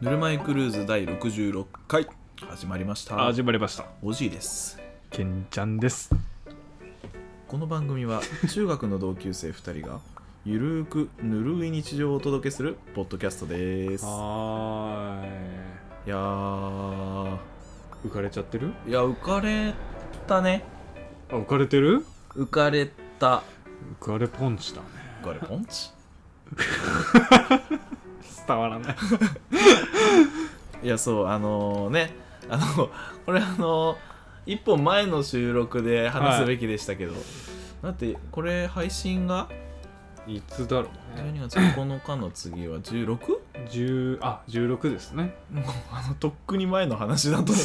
ぬるま湯クルーズ第66回始まりました始まりましたおじいですけんちゃんですこの番組は中学の同級生2人がゆるーくぬるい日常をお届けするポッドキャストですはいやーい浮かれちゃってるいや浮かれたねあ浮かれてる浮かれた浮かれポンチだね浮かれポンチ伝わらないいやそうあのねあのこれあの一本前の収録で話すべきでしたけど、だってこれ配信がいつだろうね12月9日の次は 16? もう10あ16ですねあのとっくに前の話だと思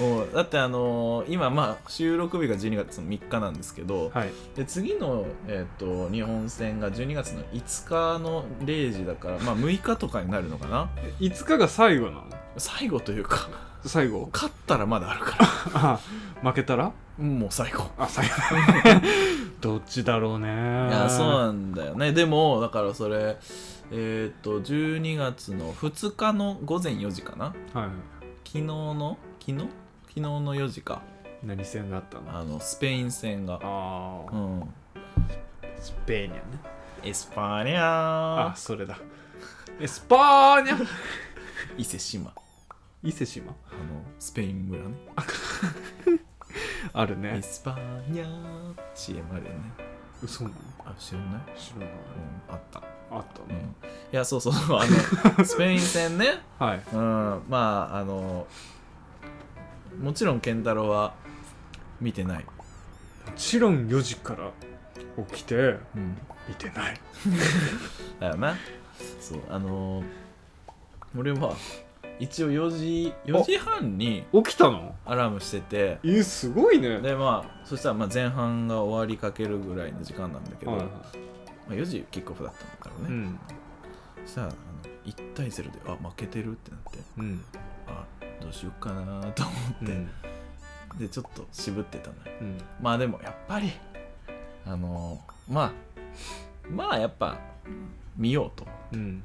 う もうだってあのー今まあ収録日が12月の3日なんですけど、はいで次の、えー、と日本戦が12月の5日の0時だからまあ6日とかになるのかな5日が最後なの最後というか最後勝ったらまだあるかあ負けたららもう最後あ最後 どっちだろうねいいやそうなんだよねでもだからそれえっ、と12月の2日の午前4時かなはい昨日の昨日昨日の4時か何戦があったのあのスペイン戦があうーんスペインやねエスパーニャあーそれだエスパーニャ伊勢志摩伊勢島あのスペイン村ねあるエねスパーニャー CM あるよね嘘なのあ知らない、知らないうん、あった、あったうん、いねやそう そうそうあのスペイン戦ねはいうんまああのもちろん健太郎は見てない、もちろん4時から起きてうん、見てないだよなそうあのー、俺は一応4時4時半に起きたのアラームしててえすごいねでまあそしたらまあ前半が終わりかけるぐらいの時間なんだけど、はいまあ、4時キックオフだったんだろううね、んそしたらあの1対0であ負けてるってなってうんあどうしようかなと思って、でちょっと渋ってたのようんまあでもやっぱりあのー、まあまあやっぱ見ようとうん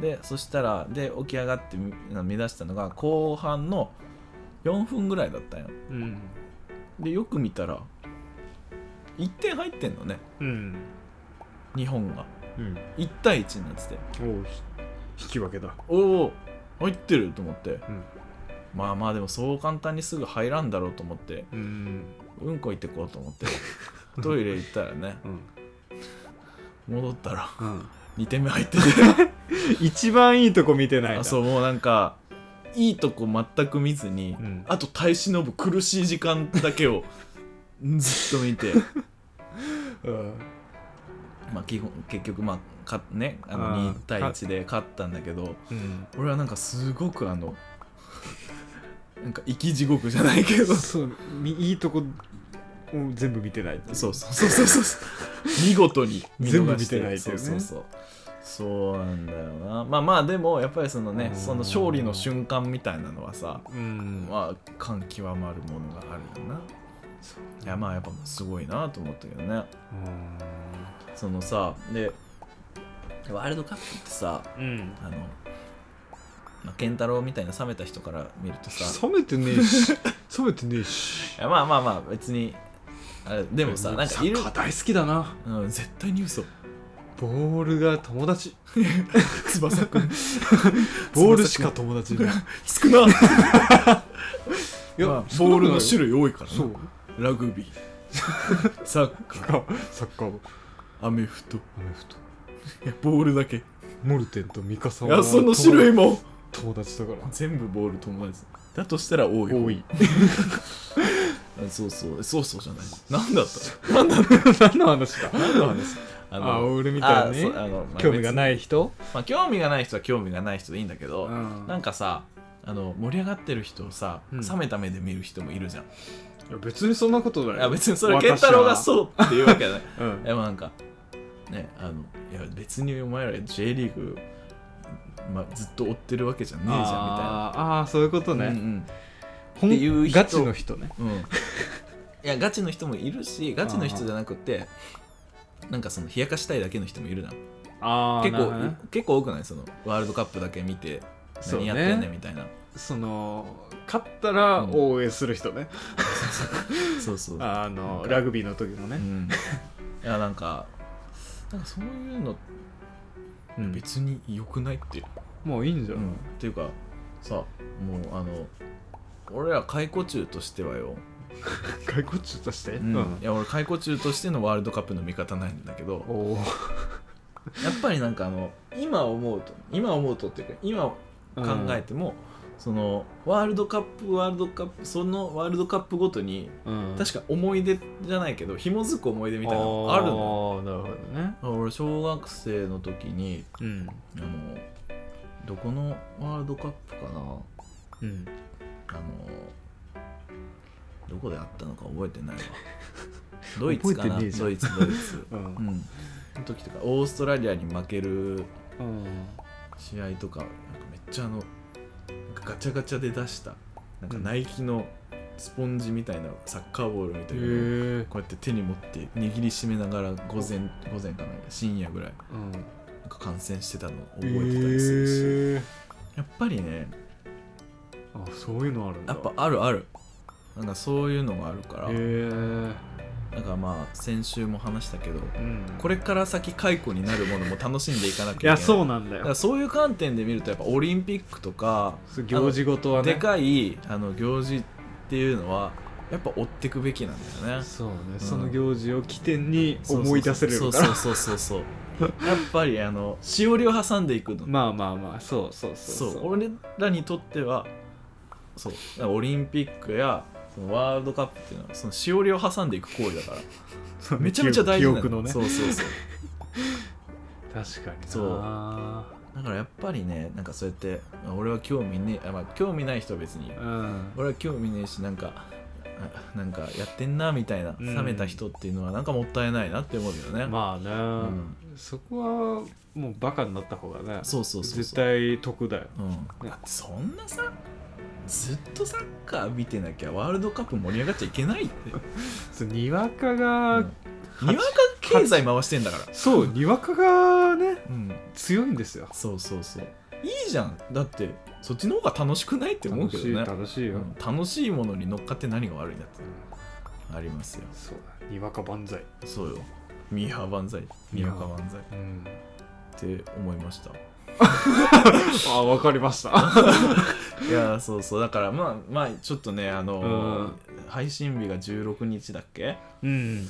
でそしたらで起き上がってみ見出したのが後半の4分ぐらいだったんようんでよく見たら1点入ってんのねうん日本がうん1対1になってておうひ引き分けだおお入ってると思って、んまあまあでもそう簡単にすぐ入らんだろうと思ってうんうんこ行ってこうと思って トイレ行ったらねうん戻ったらうん2点目入ってて一番いいとこ見てないあそううもうなんかいいとこ全く見ずに、うんあと耐え忍ぶ苦しい時間だけ をずっと見てうんまあ基本結局まあかねあのあー2対1で勝ったんだけどうん俺はなんかすごくあの なんか生き地獄じゃないけどそそうみいいとこを全部見てないっていうそうそうそうそう 見事に見逃して全部見てないっていうそうねそうそうそうなんだよなまあまあでもやっぱりそのねうんその勝利の瞬間みたいなのはさうんまあ感極まるものがあるよなそいやまあやっぱすごいなと思ったけどねそのさでワールドカップってさうんあの、まあ、健太郎みたいな冷めた人から見るとさ冷めてねえし冷めてねえしいやまあまあまあ別にあれでもさなんかいるサッ、カー大好きだなうん、絶対に 嘘ボールが友 達翼くんボールしか友達いない少ないやまあそうなのボーよルの種類多いからそなうラグビー サッカーかサッカー部アメフトアメフトいやボールだけいモルテンとミカサやその種類も友達だから全部ボール友達だとしたら多い方多いあそうそうそうそうじゃない何だった 何の話だ何の話ああ俺みたいなねあそうあのまあ興味がない人まあ、興味がない人は興味がない人でいいんだけど、うんなんかさあの盛り上がってる人をさ、うん冷めた目で見る人もいるじゃん。いいや別にそんなことないや別にそれ健太郎がうそうっていうわけじゃない。うんでもなんかねあのいや別にお前ら J リーグ、ま、ずっと追ってるわけじゃねえじゃあーあーそういうことんみたいな。ねうんほんっていう人ガチの人ねうん うん、いやガチの人もいるしガチの人じゃなくてなんかその冷やかしたいだけの人もいるじゃん。あ結構結構多くないそのワールドカップだけ見てそう何ねやってんねんみたいなその勝ったらうん応援する人ね、そうそうあなんのかラグビーの時もうね、んいやなんかなんかそういうのうん別に良くないって、もういいんじゃ、うんっていうかさもうあの俺ら解雇中としてはよ、外国人として、うんいや俺解雇中としてのワールドカップの見方ないんだけどおおーやっぱりなんかあの今思うと今思うとっていうか今考えても、そのワールドカップワールドカップそのワールドカップごとにうん確か思い出じゃないけど紐づく思い出みたいなのあるのあーなるほどねよ俺小学生の時にうんあのどこのワールドカップかなうんあのどこであったのか覚えてな いわドイツかな覚ドえてねえイツじゃドんイツ ううんんその時とかオーストラリアに負けるうん試合とかなんかめっちゃあのなんかガチャガチャで出したなんかナイキのスポンジみたいなサッカーボールみたへいなのをえこうやって手に持って握りしめながら午前午前かな深夜ぐらいうんなんか観戦してたのを覚えてたりするし、へえやっぱりねあそういうのあるんだやっぱあるあるなんかそういうのがあるから、へえなんかまあ先週も話したけどうんこれから先解雇になるものも楽しんでいかなきゃいいけなやいそうなんだだからよそういう観点で見るとやっぱオリンピックとかそう行事ごとはねでかいあの行事っていうのはやっぱ追ってくべきなんだよねそうね、んその行事を起点に思い出せれるからそうそうそうそうそうそうやっぱりあのしおりを挟んでいくのまあまあまあそうそうそそうう俺らにとってはそうだからオリンピックやそのワールドカップっていうのはそのしおりを挟んでいく行為 だからそうめちゃめちゃ大事な記憶のねそうそうそう確かになそうだからやっぱりねなんかそうやってまあ俺は興味ねあ、まあ、興味ない人は別にうん俺は興味ねえしなんかあなんかやってんなみたいなうん冷めた人っていうのはなんかもったいないなって思うよね、まあね、んそこはもうバカになった方がねそうそうそうそう絶対得だようん、だってそんなさずっとサッカー見てなきゃワールドカップ盛り上がっちゃいけないって、そうにわかが、うんにわか経済回してんだからそうにわかがねうん強いんですよそうそうそういいじゃんだってそっちの方が楽しくないって思う楽けどしいね楽しいよ、うん楽しいものに乗っかって何が悪いんだってありますよそうだにわか万歳そうよミーハー万歳ミーハー万歳うんって思いましたあわかりましたいやーそうそうだからまあまあちょっとねあのー配信日が16日だっけうん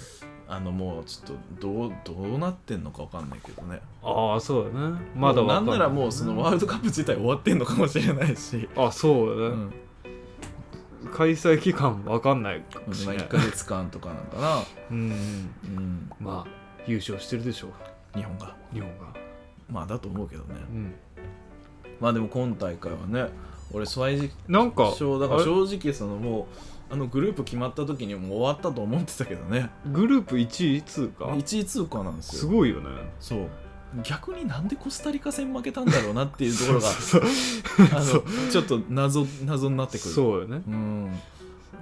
あのもうちょっとどうどうなってんのかわかんないけどねああそうだねまだわなかんんないならもうそのワールドカップ自体終わってんのかもしれないし、あそうだうね、ん、開催期間わかんないかもしまあれない1か月間とかなんかな、うんうん、まあ優勝してるでしょう日本が日本がまあだと思うけどねうんまあでも今大会はね俺正直なんか正だからあれ正直そのもうあのグループ決まった時にもう終わったと思ってたけどねグループ1位通過1位通過なんですよすごいよねそう逆になんでコスタリカ戦負けたんだろうなっていうところ がそうそうあのそうちょっと謎謎になってくるそうよねうん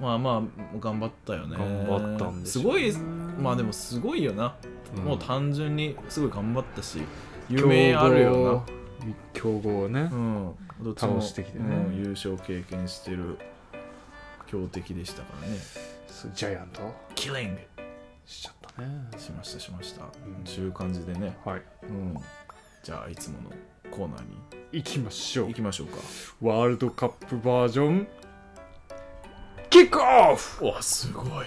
まあまあ頑張ったよね頑張ったんですしょうごねいまあでもすごいよな、うんもう単純にすごい頑張ったし夢あるよ強豪強豪ねなうんどっちも倒してきてねうん優勝経験してる強敵でしたからねそうジャイアントキリングしちゃったねしましたしましたうんと、いう感じでね、はいうん、じゃあいつものコーナーに行きましょ行うきましょうかワールドカップバージョンキックオフわすごい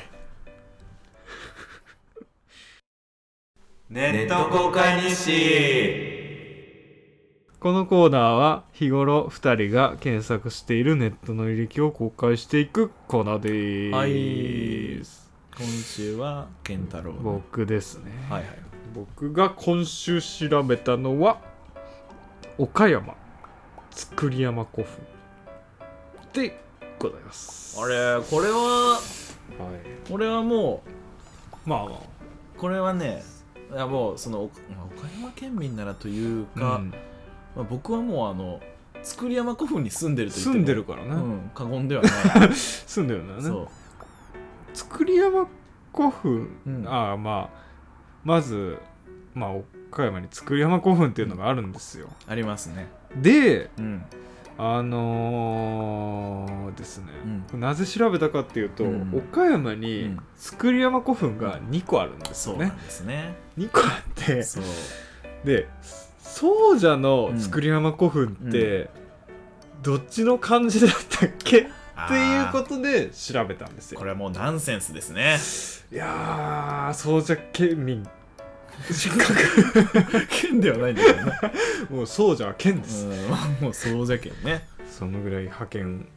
ネット公開日誌このコーナーは日頃2人が検索しているネットの履歴を公開していくコーナーでーす、今週は健太郎の僕ですねはいはい僕が今週調べたのは岡山造山古墳でございますあれこれははいこれはもまあまうこれはねいやもうそのおまあ岡山県民ならというあか、うんまあ、僕はもうあの造山古墳に住んでると言っても住んでるからね、うん、過言では ない住んでるんだよねそう造山古墳、うんああまあまずまあ岡山に造山古墳っていうのがあるんですよ、ありますねでうんあのーですね、なぜ調べたかっていうと、うん岡山うにん造山古墳が2個あるんですそようね、なんですね。 2個あってそう。で総社の造山古墳って、どっちの漢字だったっけってあーいうことで調べたんですよこれはもうナンセンスですね。いやー総社県民失格 県ではないんだけどね。もう総社は県です、うん、もうそうじゃけんね。そのぐらい派遣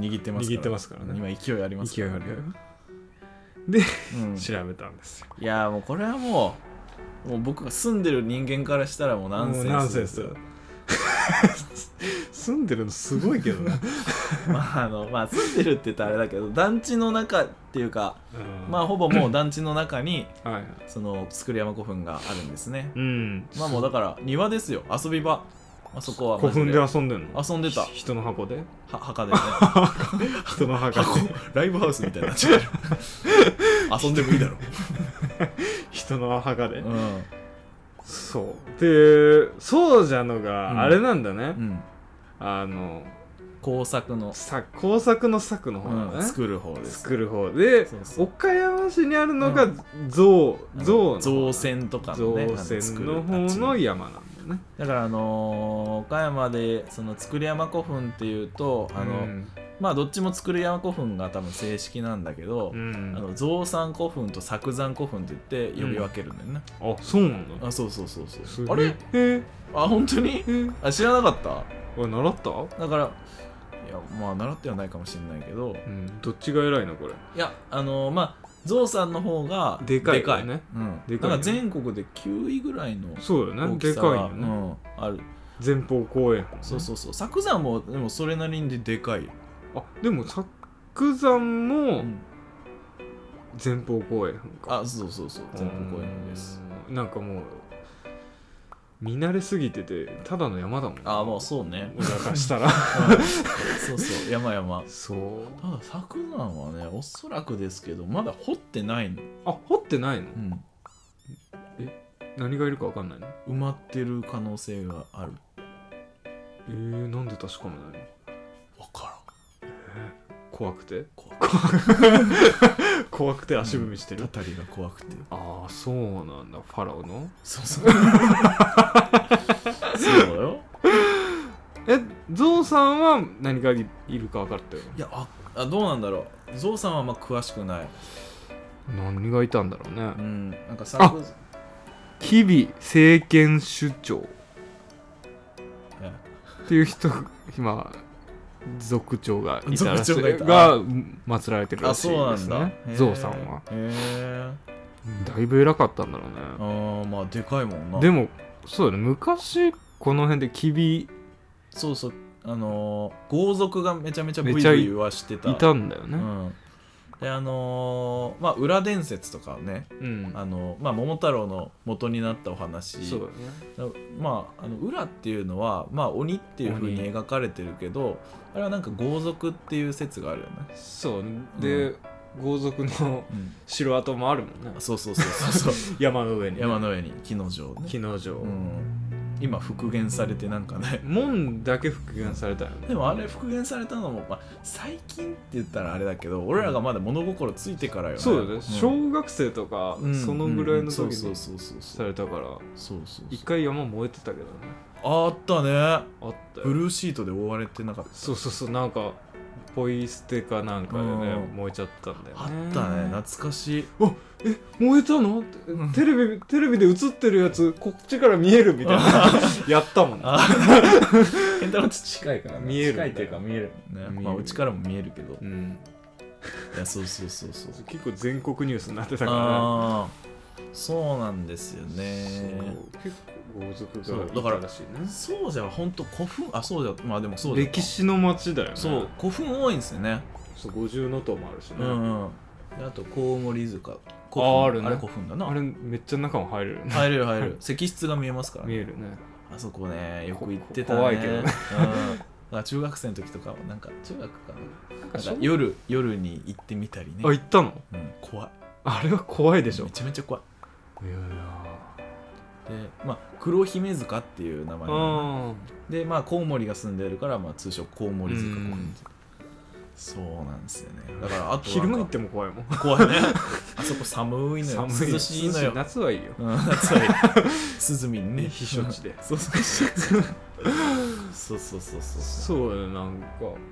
握ってますから。握ってますからね今勢いあります勢いからあるよ、うんい調べたんですよやもうこれはもう、もう僕が住んでる人間からしたらもうナンセンス。もうナンセンス住んでるのすごいけど な、まああの、まあ住んでるって言ったらあれだけど、団地の中っていうか、まあほぼもう団地の中に、あはいその造山古墳があるんですね。うんまあもうだから庭ですよ、遊び場。あそこは古マジ墳で遊んでんの遊んでた。ひ人の箱 では墓でね。人の箱でライブハウスみたいにな っちゃう遊んでもいいだろ人の墓で、う、んそうでそうじゃのうんがあれなんだね、うん、あの工作の、さ工作の作の方なんだうんね、作る方です作る方でそうそう岡山市にあるのが造造造船とかのね造船の方の山なんだねだからあのー岡山でその造山古墳っていうとあの、うんまあどっちも造山古墳が多分正式なんだけど、うんあの造山古墳と作山古墳って言って呼び分けるんだよね、あそうなんだあそうそうそうそすうげあれえあ本当にえあ知らなかったおい習ったうだからいやまあ習ってはないかもしれないけど、んどっちが偉いのこれいやあのまあゾウさんの方がでかいよねうん、でかいよねなんか全国で9位ぐらいのそうだよねで大きさかいがよね、うん、ある前方後円そうそうそう作山もでもそれなりにでかいよ、あでも作山うもん前方後円かあそうそうそう全国公園ですうーんなんかもう見慣れすぎててただの山だもんあもうそう ね、俺らからした らそうそう山々そうただ作山はねおそらくですけどまだ掘ってないの、あ掘ってないのうん、何がいるか分かんないの埋まってる可能性があるえー、なんで確かめないのわからん怖くて怖く 怖くて足踏みしてる、たたりが怖くてああそうなんだファラオのそう そうそうだよえゾウさんは何がいるか分かったよいやああどうなんだろうゾウさんはあんま詳しくない何がいたんだろうね、うんなんかサク日々政権主張っていう人今族長がいたらしい族長がいたが祀られてるらあしいそうなでんすだねゾウさんはへえだいぶ偉かったんだろあうねーまあでかいもんなでももそうだね昔この辺でキビそうそうあのー、豪族がめちゃめちゃブイブめちゃいイ言わしてたいたんだようねんであのー、まあ裏伝説とかねうんあのまあ桃太郎の元になったお話そうだねまあ、あの裏っていうのは、まあ、鬼っていうふうに鬼描かれてるけどあれはなんか豪族っていう説があるよね、そうで豪族の城跡もあるもんねそうそうそうそうそう山の上に山の上に木の城ね木之う丞ん、今復元されてなんかね門だけ復元されたよでねもあれ復元されたのも、まあ、最近って言ったらあれだけど俺らがまだ物心ついてからよねそうだねん小学生とかうんそのぐらいの時うんそにうそうそうそさうれたからそうそう一回山燃えてたけどねあったねあったよブルーシートで覆われてなかったそうそうそうなんかポイ捨てかなんかでね、うん燃えちゃったんだよあねったね懐かしい燃えたのってテレビテレビで映ってるやつこっちから見えるみたいな やったもんねあケンタロウ近いからね見える近いっていうか見える見ねえるまあうちからも見えるけどいうんやそうそうそうそう結構全国ニュースになってたかああそうなんですよらねねそう結構豪そう族だかがらいたらしいねそうじゃ本当古墳あそうじゃまあでもそうじゃ歴史の町だよねそう古墳多いんですよねそう五重塔もあるしね、うんうんであとコウモリ塚古あー墳あるねあれ古墳だなあれめっちゃ中も入れるね入れる入れ る石室が見えますから見ねえるねあそこねよく行ってたこね怖いけどねうんだから中学生の時とかはなんか中学かななんか夜夜に行ってみたりねあ行ったのうん怖いあれは怖いでしょめちゃめちゃ怖いいやいやまあ、黒姫塚っていう名前なのねあで、まあ、コウモリが住んでるから、まあ、通称コウモリ塚う公ん園そうなんですよねだからあとは昼間な行んっかても怖いもん怖いね あそこ寒いのよ寒い涼しいのよ夏はいいようん、夏はい い涼みにね避暑地でそうそうそうそうそうそうそうそうだねなん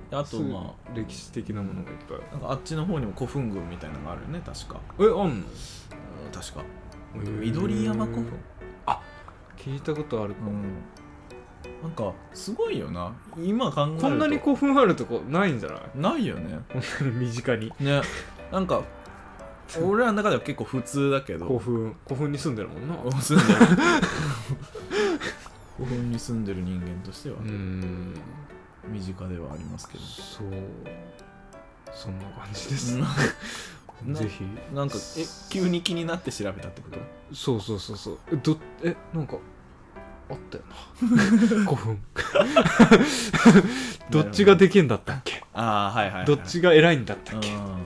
かあとまああ歴史的なものがいっぱいなんかあっちの方にも古墳群みたいなのがあるよね確か、えあんのうん確か緑山古墳聞いたことあるかも、うんなんかすごいよな今考えるとこんなに古墳あるとこないんじゃないないよねこんなに身近にねなんか俺らの中では結構普通だけ古ど墳古墳に住んでるもんな住んでる古墳に住んでる人間としてはん身近ではありますけどそうそんな感じ です、うんぜひなんかえ急に気になって調べたってことそうそうそうそうえどえなんかあったよ な古墳どっちがでけんだったっけああはいはい、はい、どっちが偉いんだっうたっんけなるほどね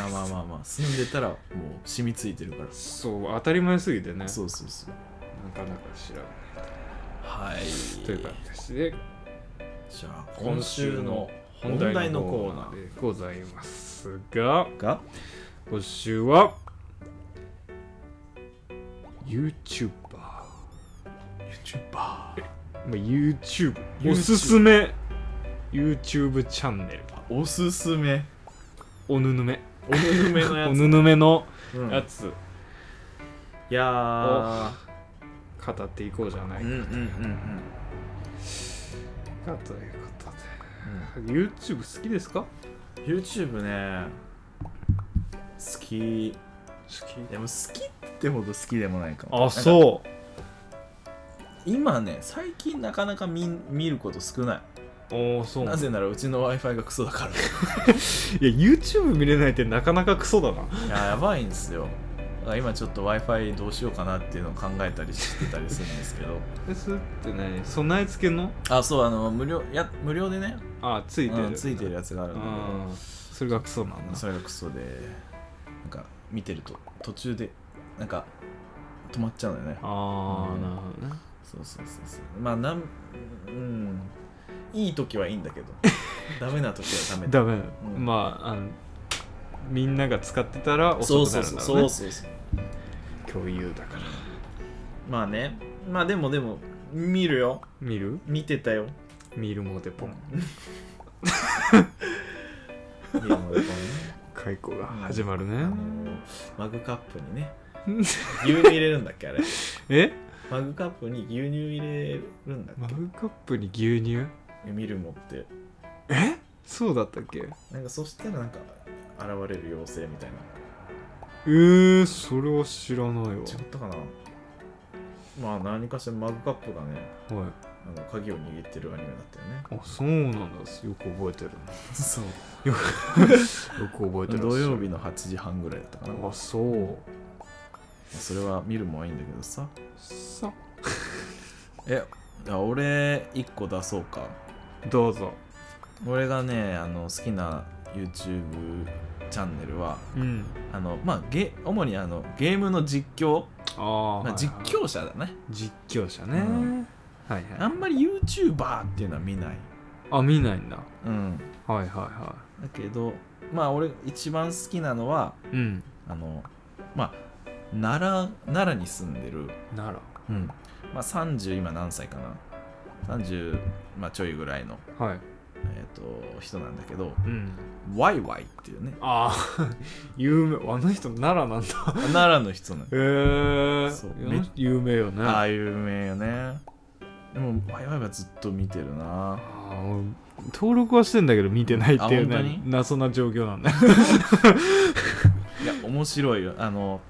あーまあまあまあ住んでたらもう染みついてるからそう当たり前すぎてねなそうそうそうかなか調べないはいという形でじゃあ今週の本本題題ののココーーナナーーでございますがが今週は YouTuber、ま YouTuber あ、YouTube おすすめ YouTube チャンネルおすすめおぬぬめ おぬぬめのやおつ、ぬぬめのうんやついやー語っていこうじゃないうんうんかうんうんということで YouTube 好きですか好 YouTube ね好きいきやもう好きってほど好きでもないかもあうそう今ね最近なかなか見見ること少ないおーそうなぜならうちの w i f i がクソだからいや YouTube 見れないってなかなかクソだないややばいんですよだから今ちょっと w i f i どうしようかなっていうのを考えたりしてたりするんですけどえそれって何備え付けの あそうあの無料や無料でねあついてる、うんついてるやつがあるんだうんそれがクソなんけだどそれがクソでなんか見てると途中でなんか止まっちゃうのよねああ、うんなるほどねそうそうそうそうまあなんうんいい時はいいんだ けどダメな時はダメだダメだ、うんまああのみんなが使ってたらそ遅うくなそうるんそうだそろうねうそうそう共有だからまあねまあでもでも見るよ見る見てたよ見るもでポンいやもうこのね解雇が始まるね、あのマグカップにね牛乳入れるんだっけあれ えマグカップに牛乳入れるんだっマグカップに牛乳け見るもってえそうだったっけうなんかそしたらなんか現れる妖精みたいなえー、それは知らない違ったかなまあ何かしらマグカップがねわはいあの鍵を握ってるアニメだったよねあそうなんだよく覚えてる そうよく覚えてる土曜日の8時半ぐらいだったかなあそうそれは見るもはいいんだけどささえあ俺1個出そうかどうぞ俺がねあの好きな YouTube チャンネルはうんあのまあゲ主にあのゲームの実況、ああ、まあ、実況者だね、実況者ね、うんはいあはいんまり YouTuber っていうのは見ないあ見ないんだはうんいはいはだけどまあ俺一番好きなのはいうんあのまあ奈良奈良に住んでる、ならうんまあ、30今何歳かな30、まあ、ちょいぐらいの、はいえー、と人なんだけどうんワイワイっていうねああ 有名あの人奈良なんだ奈良の人なんだへえそう有名よねあああ有名よねでもワイワイはずっと見てるなあ俺登録はしてんだけど見てないっていうあ本当ねに謎な状況なんだいや面白いよあの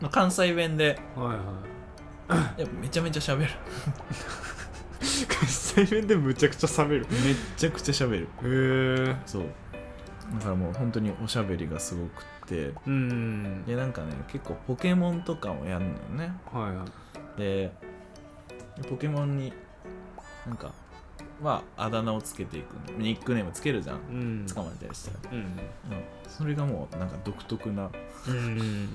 まあ関西弁で はいはいいやめちゃめちゃ喋る関西弁でむちゃくちゃ冷めるめっちゃくちゃ喋るへえそうだからもう本当におしゃべりがすごくってうんでなんかね結構ポケモンとかもやるのよねはいはいでポケモンになんかまああだ名をつけていくニックネームつけるじゃんうん捕まえたりしたら、うんうん、それがもうなんか独特なうん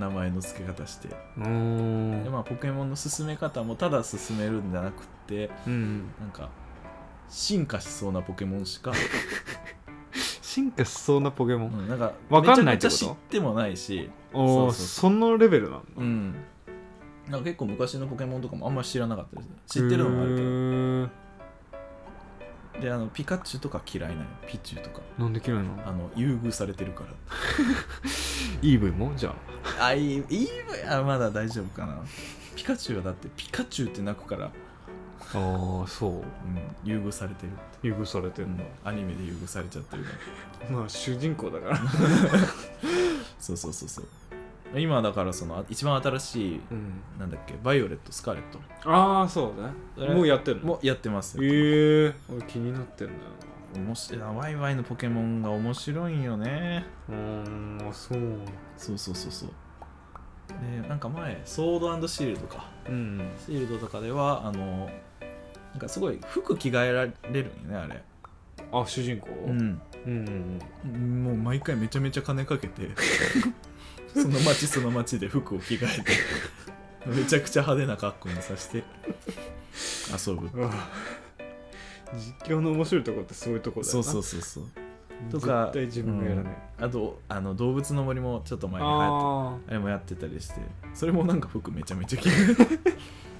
名前の付け方してうんで、まあ、ポケモンの進め方もただ進めるんじゃなくってうんなんか進化しそうなポケモ ンしか、進化しそうなポケモうン、ん、なんかわかんないめちゃくちってゃこ知とってもないしおそおうそうそのレベルなんだうんなんか結構昔のポケモンとかもあんまり知らなかったですね知ってるのもあるけるどであのピカチュウとか嫌いなのピチュウとかけどなんで嫌いなのあの優遇されてるから EV もじゃああいいいいあまだ大丈夫かなピカチュウはだってピカチュウって鳴くから、ああそううん、優遇されてる、優遇されてうんんだ、、アニメで優遇されちゃってるからまあ主人公だ からそうそうそうそう今だからそのあ一番新しいうんなんだっけバイオレットスカーレットああそうだそれねもうやってんのもやってますよ、ええ俺気になってんだよ面白いなワイワイのポケモンが面白いんよねなうーんあそうそうそうそうそうでなんか前ソードシールドかうんシールドとかではあのなんかすごい服着替えられるんよねあれあ主人公うんうんうんもう毎回めちゃめちゃ金かけ てその町その町で服を着替えてめちゃくちゃ派手な格好にさせて遊ぶうんあー実況の面白いところってそういうところだよそうなそううそうそうととかか絶対自分がやらない、うんあとあの動物の森もちょっと前に流行ってああれもやってたりしてそれもなんか服めちゃめちゃ着る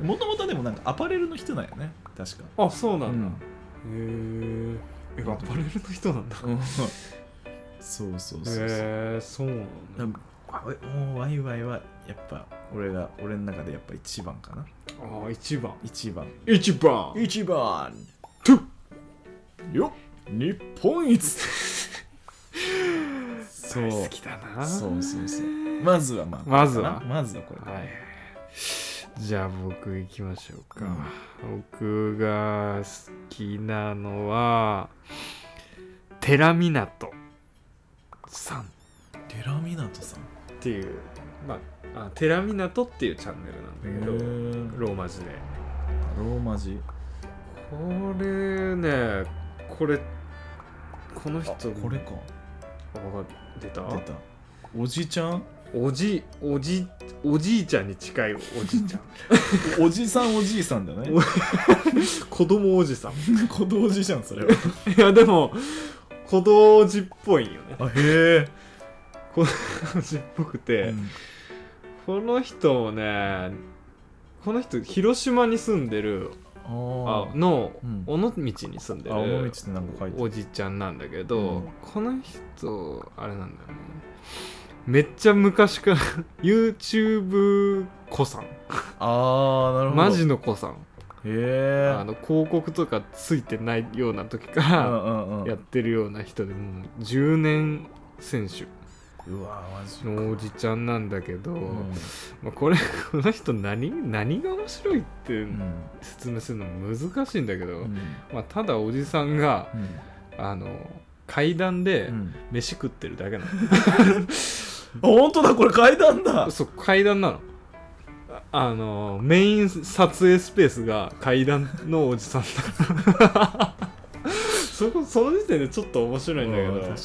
もともとでもなんかアパレルの人なんよね確かああそうなうんだ、んへええアパレルの人なんだうんそうそうそうそう、へえそうなんだなんかわもうワイワイはやっぱ俺が俺の中でやっぱ一番かなああ一番一番一番一番トゥよっ日本一 そう大好きだなそうそうそうまずはまあまずはまずはこれかなはい。じゃあ僕行きましょうかうん。僕が好きなのは、寺湊さんっ寺湊さんていう、まあ、あ寺湊っていうチャンネルなんだけど、ローマ字で。ローマ字これね、これ、この人、これかあ出た出たおじちゃんおじ、おじ、おじいちゃんに近いおじ いちゃん。 おじさんおじいさんだねお子供おじさん。子供おじじゃんそれはいやでも小道寺っぽいんよね あへ小 道寺っぽくて、この人もねこの人広島に住んでるああーのうん尾道に住んでるあ尾道ってなんか書いてるおじちゃんなんだけど、うんこの人あれなんだよねめっちゃ昔から YouTube 子さんあーなるほどマジの子さんへえあの広告とかついてないような時かうらんうんうんやってるような人でもう10年選手うわマジのおじちゃんなんだけど、うんまあ、これ この人何何が面白いってうん説明するの難しいんだけど、うんまあ、ただおじさんがあの階段うでん飯食ってるだけなあ本当だこれ階段だの、 そう階段なのああのメイン撮影スペースが階段のおじさんだ そこその時点でちょっと面白いんだけどうん確か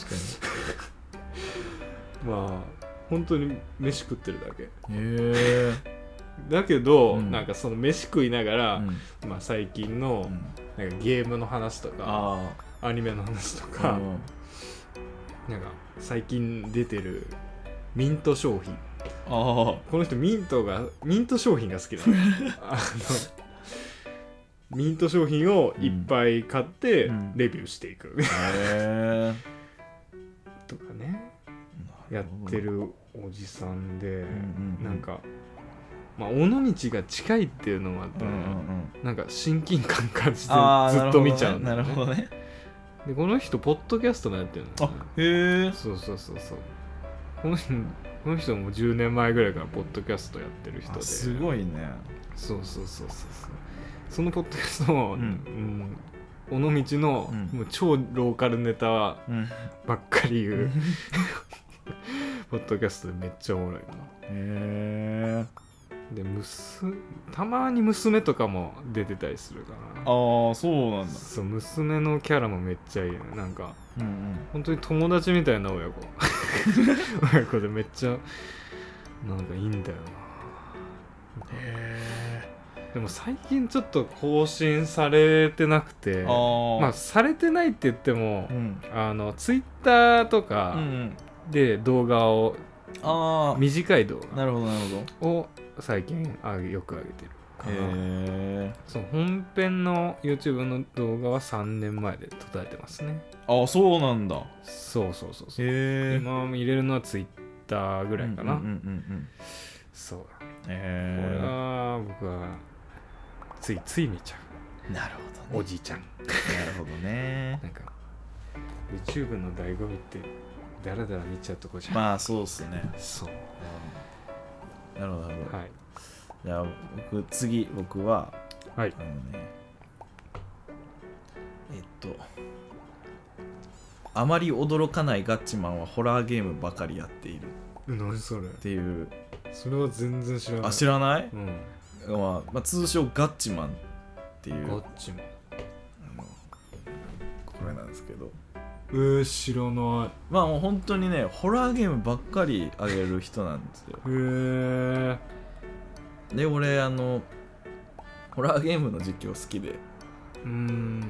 まあ本当に飯食ってるだけにへだけど、うんなんかその飯食いながえら、うんまあ、最近のなんかゲームの話とかあアニメの話とあかなんか最近出てるミント商品ああこの人ミントがミント商品が好きな のあのミント商品をいっぱい買ってうんレビューしていくへえとかねやってるおじさんでんうんなんかまあ尾道が近いっていうのもあってうんうねんうんなんか親近感感じてあーずっと見ちゃうんだよなるねほどねでこの人ポッドキャストもやってるのあへえそうそうそうそうこの人この人も10年前ぐらいからポッドキャストやってる人ですいごいねそうそうそうそうそうそのポッドキャストも、ううんん尾道の、うんもう超ローカルネタばうんっかり言うポッドキャストでめっちゃおもろいなへえでむすたまに娘とかも出てたりするかなああそうなんだそう娘のキャラもめっちゃいいねなんかうんうん本当に友達みたいな親子 親子でめっちゃなんかいいんだよへなでも最近ちょっと更新されてなくてえあーまあされてないって言っても、うんあのツイッターとうんうかんで動画を、ああ短い動なるほどなるほど画を最近あげよく上げてるかな、へえそう本編の YouTube の動画は3年前で途絶えてますねああそうなんだそうそうそうそうへ今入れるのは Twitter ぐぐらいかな、うんうんうんそううんこれへは僕はついつい見ちゃえなるほどねうおじいちゃんなるほどねなんか YouTube の醍醐味ってだらだら見ちゃうとこじゃん、まあそうっすねそうなるほどなるほどはいじゃあ僕次僕ははいあのねえっとあまり驚かないガッチマンはホラーゲームばかりやっているっ何それていうそれは全然知らないあ知らない、うんまあまあ、通称ガッチマンっていうガッチマンあのこれなんですけどえー、知らないまあもう本当にねホラーゲームばっかりあげる人なんですよへえー、で俺あのホラーゲームの実況好きでうーん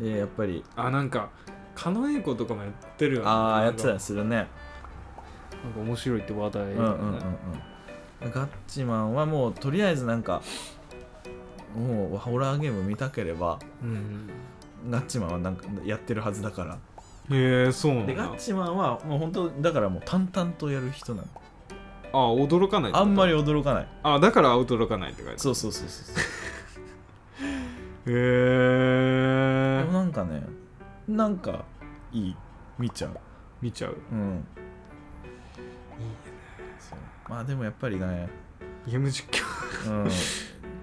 でやっぱりあなんか狩野英孝とかもやってるよねああやってたなんりかするねなんか面白いって話題、うんうんうんうんガッチマンはもうとりあえずなんかもうホラーゲーム見たければうんガッチマンはなんかやってるはずだからへえー、そうなんでガだッチマンはもう本当だからもう淡々とやる人なのあ驚かないあんまりり驚かないあだから驚かないって書いてそうそうそうそうそへうえでもー、なんかねなんかいい見ちゃう見ちゃううんいいねそうまあでもやっぱりね、ゲーム実況うん、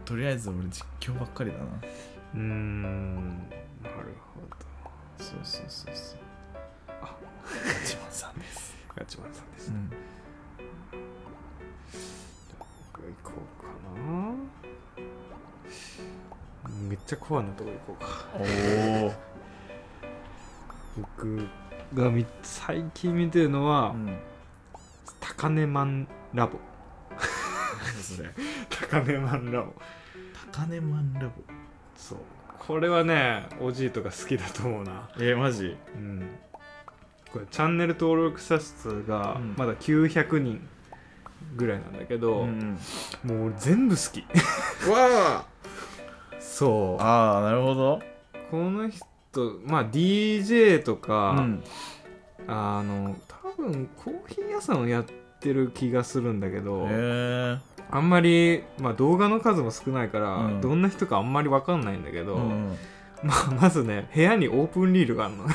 とりあえず俺実況ばっかりだなうーんなるほどそうそうそうそうあ立花さんです、ガチマンさんです、うん、僕行こうかなめっちゃコアなとこ行こうかおお、僕がみ最近見てるのは、うん、高根マンラボ何それ高根マンラボ高根マンラボそうこれはねおじいとか好きだと思うなえマジうんこれチャンネル登録者数がうんまだ900人ぐらいなんだけど、ん、もう俺全部好き わそああなるほどうこの人まあ DJ とか、うんあの多分コーヒー屋さんをやってる気がするんだけど、へえあんまり、まあ、動画の数も少ないから、うんどんな人かあんまり分かんないんだけど、うんうん まあ、まずね部屋にオープンリールがあるの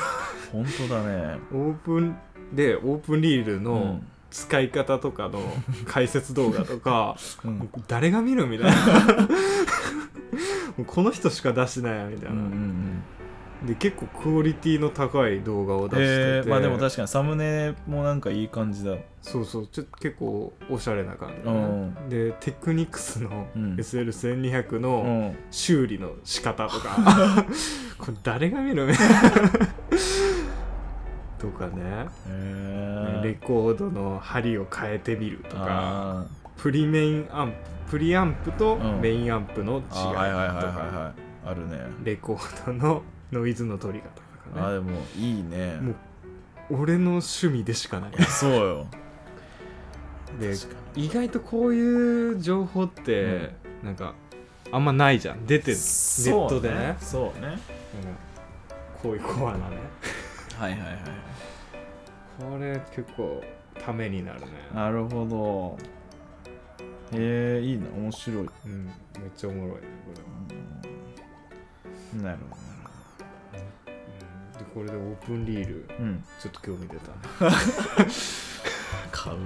本当だねオープンでオープンリールうのん使い方とかの解説動画と か、うもんう誰が見るみたいな もうこの人しか出してないやみたいうんうな、んで結構クオリティの高い動画を出してて、えー、まあでも確かにサムネもなんかいい感じだそうそうちょっと結構おしゃれな感じだね、うでテクニクスのうん SL1200 うのん修理の仕方と かこれ誰が見るみたいな とかねへえレコードの針を変えてみるとかあプリメインアンププリアンプとうんメインアンプの違いとーあーはいはいはいはいかはいあるねレコードのノイズの取り方とあかねでもいいねもう俺の趣味でしかないいやそうよで確か意外とこういう情報ってなんかあんまないじゃん出てネットでねそうねうんこういうコアなねはいはいはいこれ結構ためになるね、なるほどへえいいな面白いうん、めっちゃおもろいねこなるほれは、うん、でこれでオープンリールどうんちょっと興味出たね買う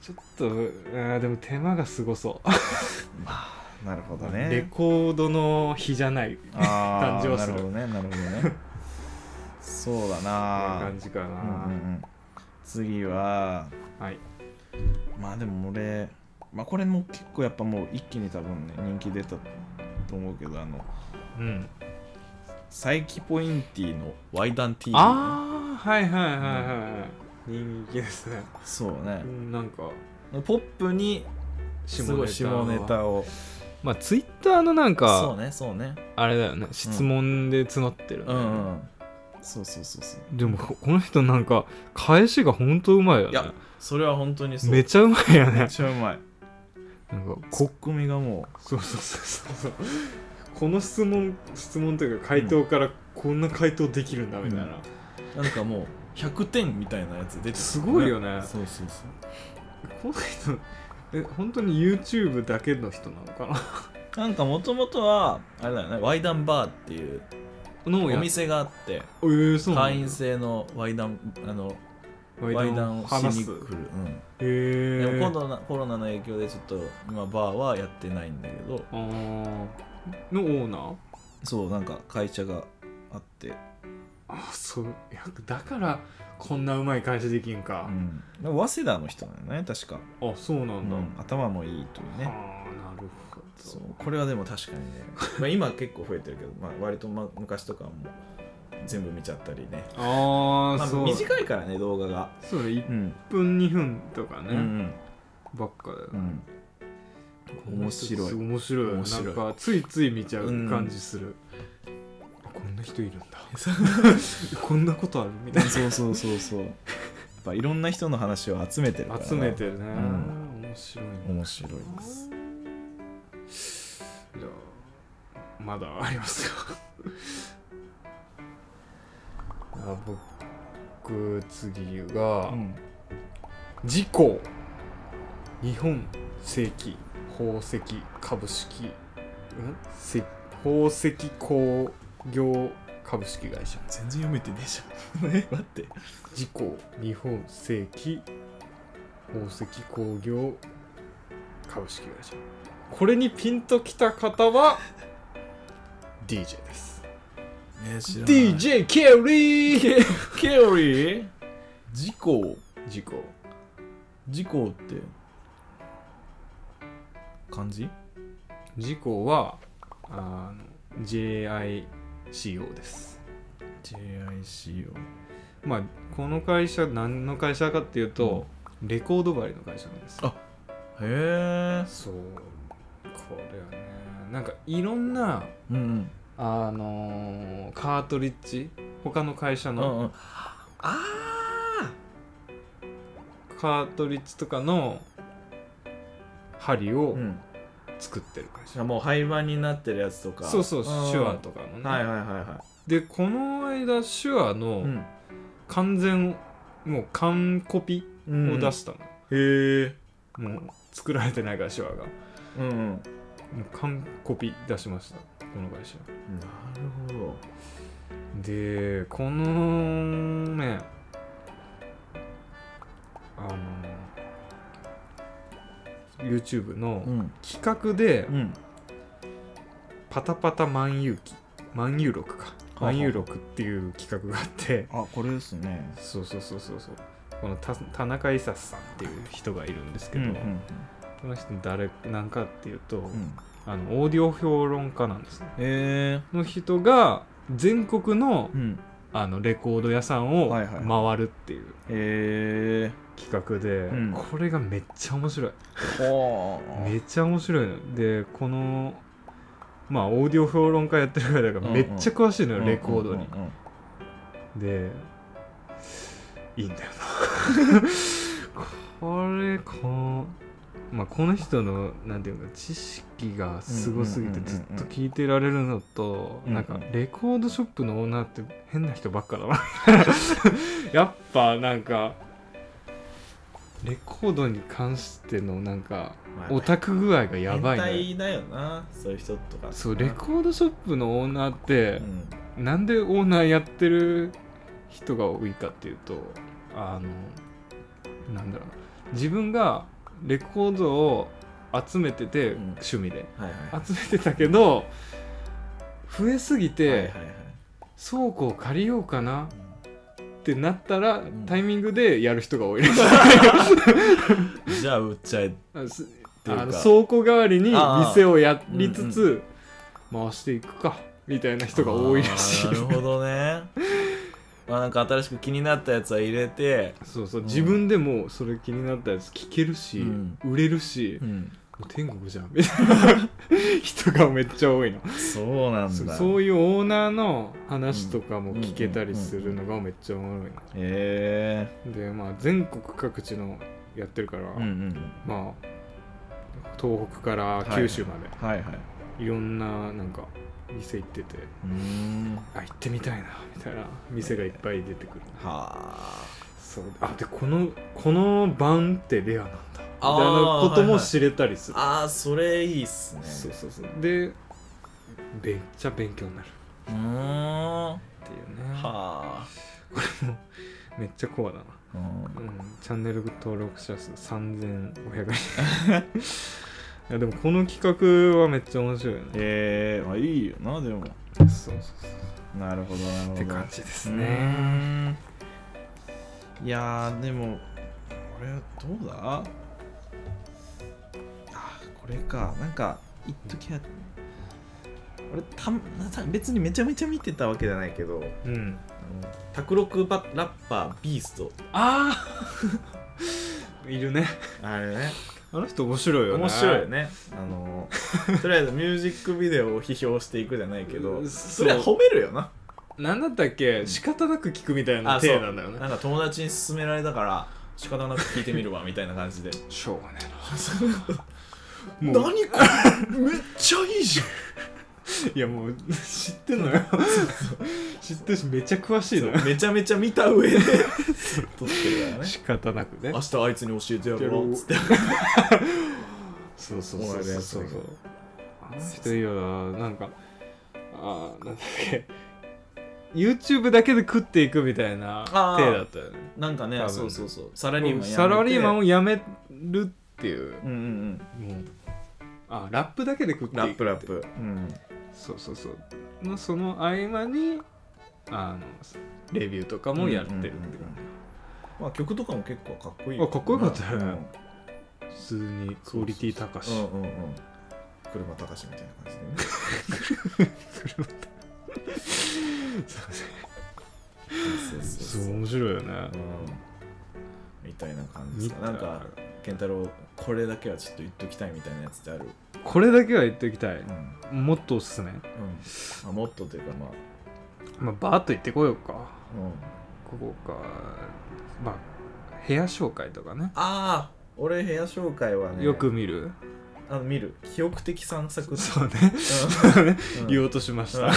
ちょっとあーでも手間がすごそうなるほどレねコードの日じゃないああ 誕生なするるほどねなるほどねそうだな感じかな、うんうんうん次ははいまあでも俺まあ、これも結構やっぱもう一気に多分ね人気出たと思うけどあのうんサイキポインティのワイダンティーああはいはいはいはい、人気ですねそうねなんかポップにすごい下ネタをまあツイッターのなんそうかねそうねあれだよね質問で募ってるね、うん、うん、そうそうそうそうでもここの人なんか返しがほんとうまいよいねやそれは本当にそうめちちゃうまいよゃねめちゃうまいなんかこツッコミがもそうそうそうそうそうこの質問質問というか回答からこんな回答できるんだみたいな、うんうなんかもう100点みたいなやつ出てるすごいよねそうそうそうこの人 え本当に YouTube だけの人なのかなんかもともとはあれだよねワイダンバーっていうなのおや店があってえー、そうなん会員だ制のワイダンあのワワイイダダンンををしに話す来る、うんへでえも今度なコロナの影響でちょっと今バーはやってないんだけどあーのオーナーそうなんか会社があって、あそういやだからこんなうまい会社できんうか、ん、でも早稲田の人なのね確か、あそうなうんだ、ん、頭もいいというああねなるほどそうこれはでも確かに ね、まあ、今結構増えてるけど、まあ、割と、ま、昔とかはもう全部見ちゃったりね、ああ、まあ、そう短いからね動画がそうねう1ん分2分とかうね、んばっかだよ、うん面白い面白い面白いなんかついつい見ちゃう感じする、こんな人い るんだこんなことあるみたいそうそうそうそうやっぱいろんな人の話を集めてるから、なね、集めてるね、ん面白いね面白いですじゃあまだありますよ あ僕次が、うん事故日本正規宝石株式んせ宝石工業株式会社全然読めてねえじゃん え待って事故日本正規宝石工業株式会社これにピンときた方は DJ ですね知らない DJ ケリーケオリー事故事故事故って漢字事故はあの JICO です ?JICO まあこの会社何の会社かっていうと、レコード針の会社なんですよあへえそうこれはねなんかいろんなうんうんあのーカートリッジ他の会社うのんうんあカートリッジとかの針をうん作ってる会社、あもう廃盤になってるやつとかそうそう手ん話とかのね、はいはいはいはでこの間手話いの完全、もう完コピうんを出したの、へえもう作られてないから手話がうんうんなるもう完コピ出しましたこの会社ほどでこのねあの YouTube のん企画でうん「パタパタ万有記」万有録かあ万有録っていう企画があってあこれですねそうそうそうそうそうこのた田中勲さんっていう人がいるんですけど、うんうんこの人誰なんかっていうと、うんあのオーディオ評論家なんですねへえの人が全国のうんあのレコード屋さんをはいはい回るっていうへえ企画で、うんこれがめっちゃ面白いほめっちゃ面白いのでこのまあオーディオ評論家やってるぐらいだかうらんうんめっちゃ詳しいのよ、レコードに、うんうんうんでいいんだよ なこれこのまあこの人のなんていうか知識がすごすぎてうんうんうんうんずっと聞いてられるのと、うんなんかレコードショップのオーナーって変な人ばっかだ なやっぱなんかレコードに関してのなんかまあオタク具合がやばい変ね態だよなそういう人とかそうレコードショップのオーナーって、うんなんでオーナーやってる人が多いかっていうとあのなんだろう自分がレコードを集めてて、うん趣味ではいはい集めてたけど増えすぎて、はいはいはい倉庫を借りようかなうってなったら、ん タイミングでやる人が多いらしいんじゃあ売っちゃえあすていうあのか倉庫代わりにああ店をやりつつ回していくかみたいな人が多いらしいあーなるほどね まあなんか新しく気になったやつは入れて、そうそううん自分でもそれ気になったやつ聞けるし、うん売れるし、うん、もう天国じゃん みたいな人がめっちゃ多いのそうなんだそそういうオーナーの話とかも聞けたりするのがめっちゃおもろいへのでまあ全国各地のやってるから、えうんうんまあ東北から九州まで、はいはいい、ろんななんか店行っててうーんはあ行ってみたいなみたいな店がいっぱい出てくるあそうあでこのこの版ってレアなんだみたいあなこーとはいはもい知れたりする、あーそれいいっすねそうそうそうでめっちゃ勉強になるうーんはっていうねあ、めっちゃコアだなううんんチャンネル登録者数3500人 いやでもこの企画はめっちゃ面白いよねええまあいいよなでもそうそうそうなるほどなるほどって感じですうねーんいやーでもこれどうだあこれかなんか一時は俺たた別にめちゃめちゃ見てたわけじゃないけどうん卓六バラッパービーストああ いるねあれねあの人面白いよね面白いよねあのとりあえずミュージックビデオを批評していくじゃないけどうんそれは褒めるよななんだったっけ仕方なく聞くみたいなあそう体なんだよねなんか友達に勧められたから仕方なく聞いてみるわみたいな感じでしょうがねえなもう 何これめっちゃいいじゃんいやもう知ってんの よ知ってるしめっちゃ詳しいのよめちゃめちゃ見た上 で撮ってるからね仕方なくね 明日あいつに教えてやろうっつってそうそうそうそうそうあの人いいよななんかあーなんだっけ YouTube だけで食っていくみたいなあー手だったよね なんかね多分そうそうそうサラリーマンやめてサラリーマンをやめるっていううんうんうんもうあラップだけで食っていくラップラップうんそうそうそうのその合間にあのレビューとかもやってるっていううんうんうんまあ曲とかも結構かっこいいあかっこよかったよねうん普通にクオリティ高しうんうんうん車高しみたいな感じ でねそうそう面白いよねうんみたいな感じ見ですたかなんか健太郎これだけはちょっと言っときたいみたいなやつってあるこれだけは言っておきたいうん、うんもっとおすすめまあ、もっとというかまあまあバーッと言ってこようかうんここかまあ部屋紹介とかねああ俺部屋紹介はねよく見るあの見る記憶的散策そうねうん言おうとしました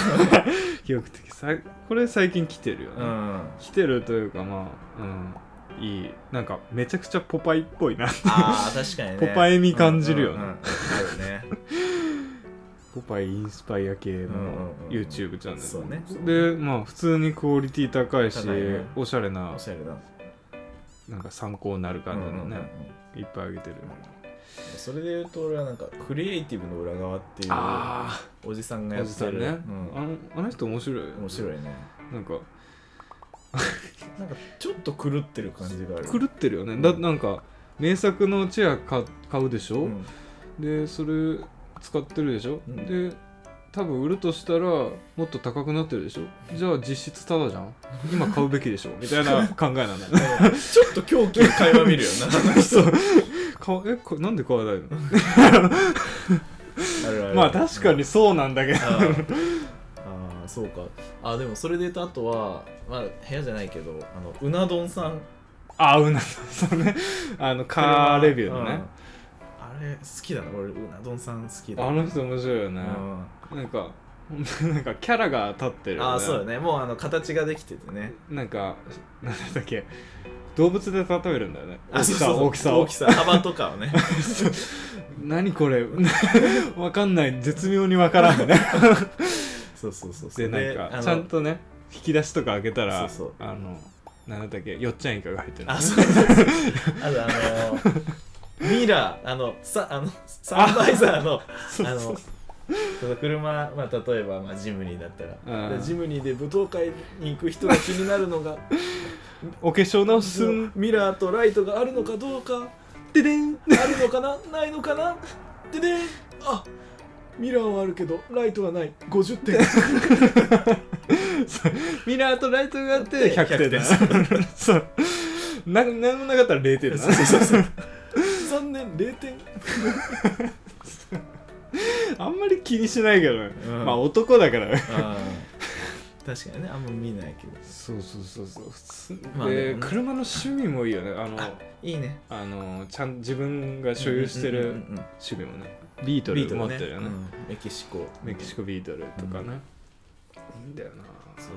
記憶的さこれ最近来てるよね、うんあ来てるというかまあうんいいなんかめちゃくちゃポパイっぽいなあー確かにねポパイ味感じるよねうんうんうんあるねポパイインスパイア系のうんうんうん YouTube チャンネル、そうねでまあ普通にクオリティ高いし高いねおしゃれなおしゃれだなんか参考になる感じのね、いっぱいあげてるそれで言うと俺はなんかクリエイティブの裏側っていうあおじさんがあやおっじさてんるね、うんあのあの人面白いよね面白いねなんかなんかちょっと狂ってる感じがある狂ってるよねだなんか名作のチェアか買うでしょ、うんでそれ使ってるでしょ、うんで多分売るとしたらもっと高くなってるでしょじゃあ実質タダじゃん今買うべきでしょみたいな考えなんだよ ねちょっと狂気の会話見るよ なそう買わえこなんで買わないのあるあるまあ確かにそうなんだけど あーあーそうかあーでもそれで言うとあとはまあ部屋じゃないけどあのうな丼さんあうなそうねあのカーレビューのうんね、あれ好きだな俺うな丼さん好きだあの人面白いようね、んなんか本当になんかキャラが立ってるよねああそうだねもうあの形ができててねなんかなんだっけ動物で例えるんだよね大あきそうさそう大きさを幅とかをね何これ わかんない絶妙にわからんのね そうそうそうでなんあかのちゃんとね引き出しとか開けたらそうそうあのなんだったっけよっちゃんイカが入ってるのあそうそうそうあとあのー、ミラーあのさあのサンバイザーのそうあのそうその車、まあ、例えば、まあ、ジムニーだったら、うんでジムニーで舞踏会に行く人が気になるのがお化粧直しすんミラーとライトがあるのかどうかででんあるのかなないのかなででんあミラーはあるけどライトはない50点ミラーとライトがあってで100点です。 そう。ななんもなかったら0点そうだ。そうそう残念0点あんまり気にしないけどね、うんまあ男だから。あー確かにねあんま見ないけどそうそうそうそう。普通まあででもね車の趣味もいいよね。あの、あいいねあのちゃん自分が所有してるうんうんうんうん趣味もね。ビートビルート持ルってねるよね。うんメキシコメキシコビートルとかね。いいんだよな。そう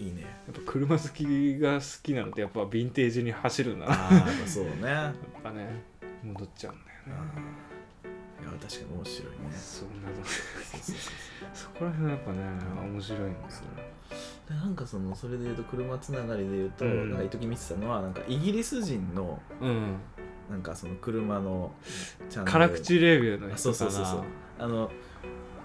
いいねやっぱ車好きが好きなのってやっぱヴィンテージに走るんだな。やああそう ねいやっぱね、戻っちゃうんだよね。確かに面白いねそうなの。 そうそうそうそこら辺はやっぱね、面白いんですよね。でなんかそのそれで言うと車つながりで言うと、うんなんか一時見てたのはなんかイギリス人のうん。なんかその車のチャンネル辛口レビューの人かなあそうそうそうそうあの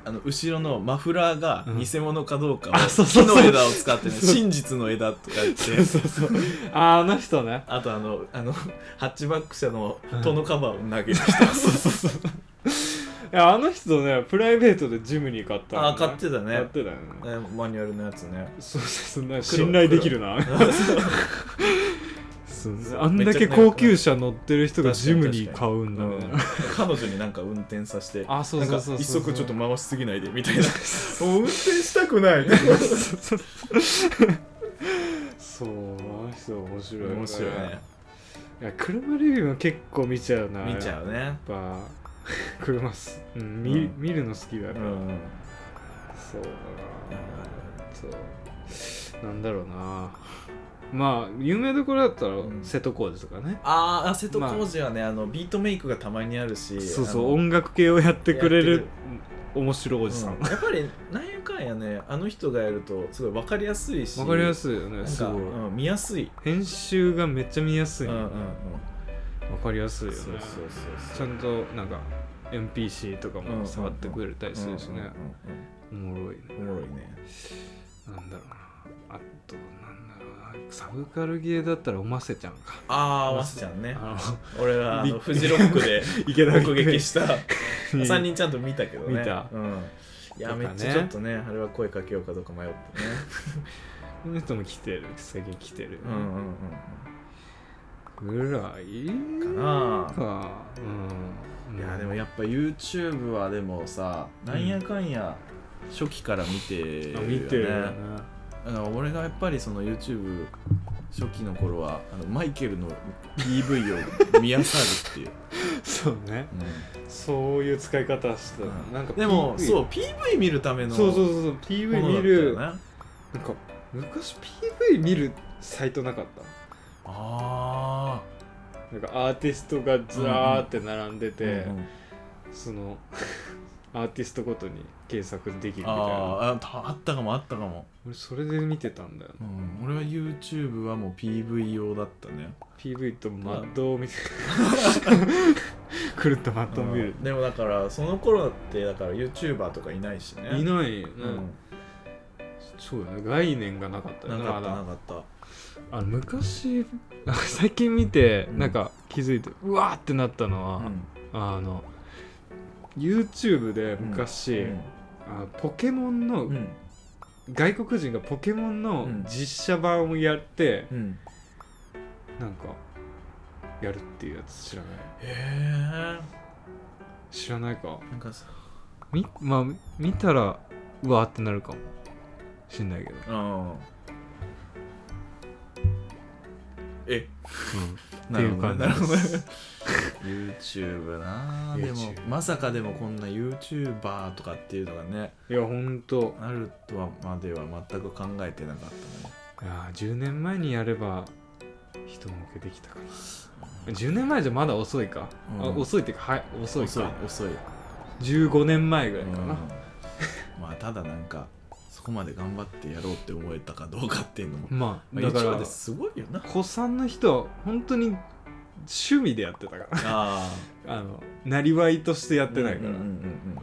あの後ろのマフラーがうん偽物かどうかをあそうそう木そうの枝を使ってねそう真実の枝とか言ってそうそうそう。ああの人ね。あとあのあのハッチバック車のうんトノカバーを投げる 人そうそうそう。いや、あの人ね、プライベートでジムに買ったの、ね。あ買ってたね買ってたよね。ねマニュアルのやつねそうそうそう、なんか信頼できるな。そうそうあんだけめっちゃね高級車乗ってる人がジムに買うんだうんね。彼女になんか運転させてあ、そうそうそうそう。なんか一足ちょっとも回しすぎないでみ たいなもう運転したくないそう、あの人面白い、ね。面白いねいや、車レビューも結構見ちゃうな。見ちゃうねやっぱ車す、うん見うん見るの好きだうかんら、そうだなそうなんだろうなまあ有名どころだったらん瀬戸康史とかね、ああ瀬戸康史はねあのビートメイクがたまにあるしそうあそのう音楽系をやってくれやっるて面白いおじさん、うわやっぱりなんやかんやねあの人がやるとすごい分かりやすいしかりやいすいよねすごい、うん、見やすい、編集がめっちゃ見やすい、うねんうんうんわかりやすいそうよねそうそうちゃんとなんか NPC とかうんうんうもん触ってくれたりするしね、おもろいねうんうんうんうんおもろいねなんだろうなあとなんだろうなサブカルゲーだったらおませちゃんかああマスちゃんねあ俺はあびのフジロックでの 池目撃したに3人ちゃんと見たけどね見たうんいや、とかねめっちゃちょっとねあれは声かけようかどうか迷ってねこの人も来てる最近来てるうんうんうんぐらいうんかなあかうんいやでもやっぱ YouTube はでもさなんやかんや初期から見てるよあね見てるよねだから俺がやっぱりその YouTube 初期の頃はあのマイケ ルの PV を見あさるっていう、そうねそういう使い方してたうんなんかでも PV そう PV 見るためのそうそううそうそう PV 見るね、なんか昔 PV 見るサイトなかったあなんかアーティストがずらーって並んでーて、うんうんそのアーティストごとに検索できるみたいなあーあたあったかもあったかも、俺それで見てたんだような、ん、俺は YouTube はもう PV 用だったね PV とマッドを 見てくるっとマッドを見るう、んでもだからその頃ってだから YouTuber とかいないしねいないよね、うん、そうだね概念がなかったよなねかまったなだかったあの昔最近見てうんなんか気づいて、うわーってなったのは、うんあの YouTube で昔、あのポケモンの、うんうん外国人がポケモンのうん実写版をやって、うんなんかやるっていうやつ知らないへえ知らないかなんかさみまあ見たらうわーってなるかもしんないけど、うんえっていう感じなるほどねです YouTube なあでも YouTube まさかでもこんな YouTuber とかっていうのがねいやほんとあるとはまでは全く考えてなかっいたねやー10年前にやれば人向けできたかな10年前じゃまだ遅いか、うんあ遅いっていうかはい遅いか遅い遅い、 15年前ぐらういんかな、まあただなんかそこまで頑張ってやろうって思えたかどうかっていうのも、まあまあ、だか一話らですごいよな子さんの人は本当に趣味でやってたから ああのなりわいとしてやあってないから、うんうんうんうん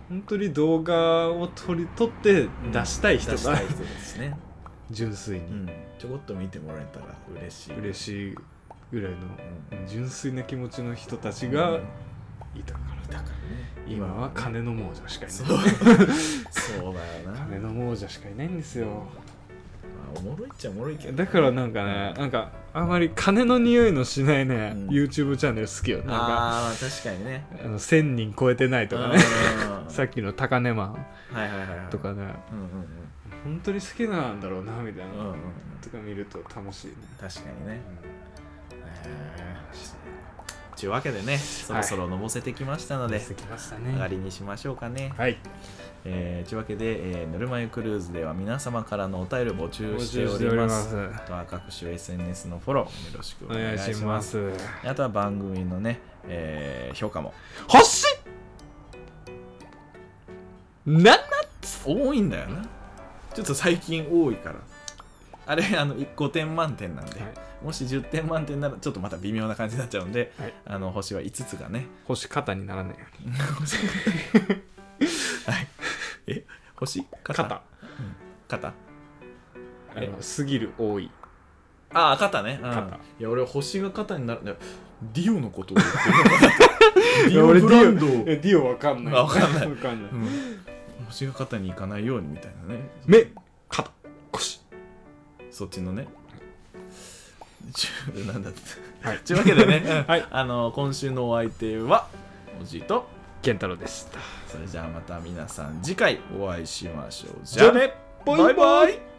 本当に動画を撮り撮って出したい人出しがたい人ですね、純粋にうん、ちょこっと見てもらえたら嬉しい嬉しいぐらいの純粋な気持ちの人たちがいたからだから今は金の亡者しかい そうないそうだよな、ま金の亡者しかいないんですよあ、おもろいっちゃおもろいけどだからなんかねなんかあまり金の匂いのしないね、うん YouTube チャンネル好きよなんかああー確かにねあの1000人超えてないとかねさっきの高根マンうんはいはいはいはいとかねうんうん本当に好きなんだろうなみたいうんうな、んうんうんとか見ると楽しいね、確かにねえうーちゅうわけでねそろそろのぼせてきましたのん、で、できました上がねりにしましょうかね。はいえー、というわけで、えー、ぬるま湯クルーズでは皆様からのお便りを募集して募集しおります。ておりますあとは各種 SNS のフォローよろしくおお願願いいします。しますあとは番組のね、えー、評価も星7多いんだよな。ちょっと最近多いから。あれ、あの5点満点なんで、はいもし10点満点ならちょっとまた微妙な感じになっちゃうんで、はいあの星は5つ がね、星肩にならないようにはい、え星肩肩肩あのすぎる多いああ、肩ね。うん肩いや、俺、星が肩になる。いやディオのことを言ってなかっ た。ディオブランドを。えディオわかんないあわかんないわかんないうん星が肩に行かないようにみたいなね。 目肩腰そっちのね。ちゅなんだって。はいというわけでね、 うん はいあの今週のお相手は、おじいと、健太郎でしたそれじゃあまた皆さん次回お会いしましょう。じじゃゃああねね、バイバイバイバイ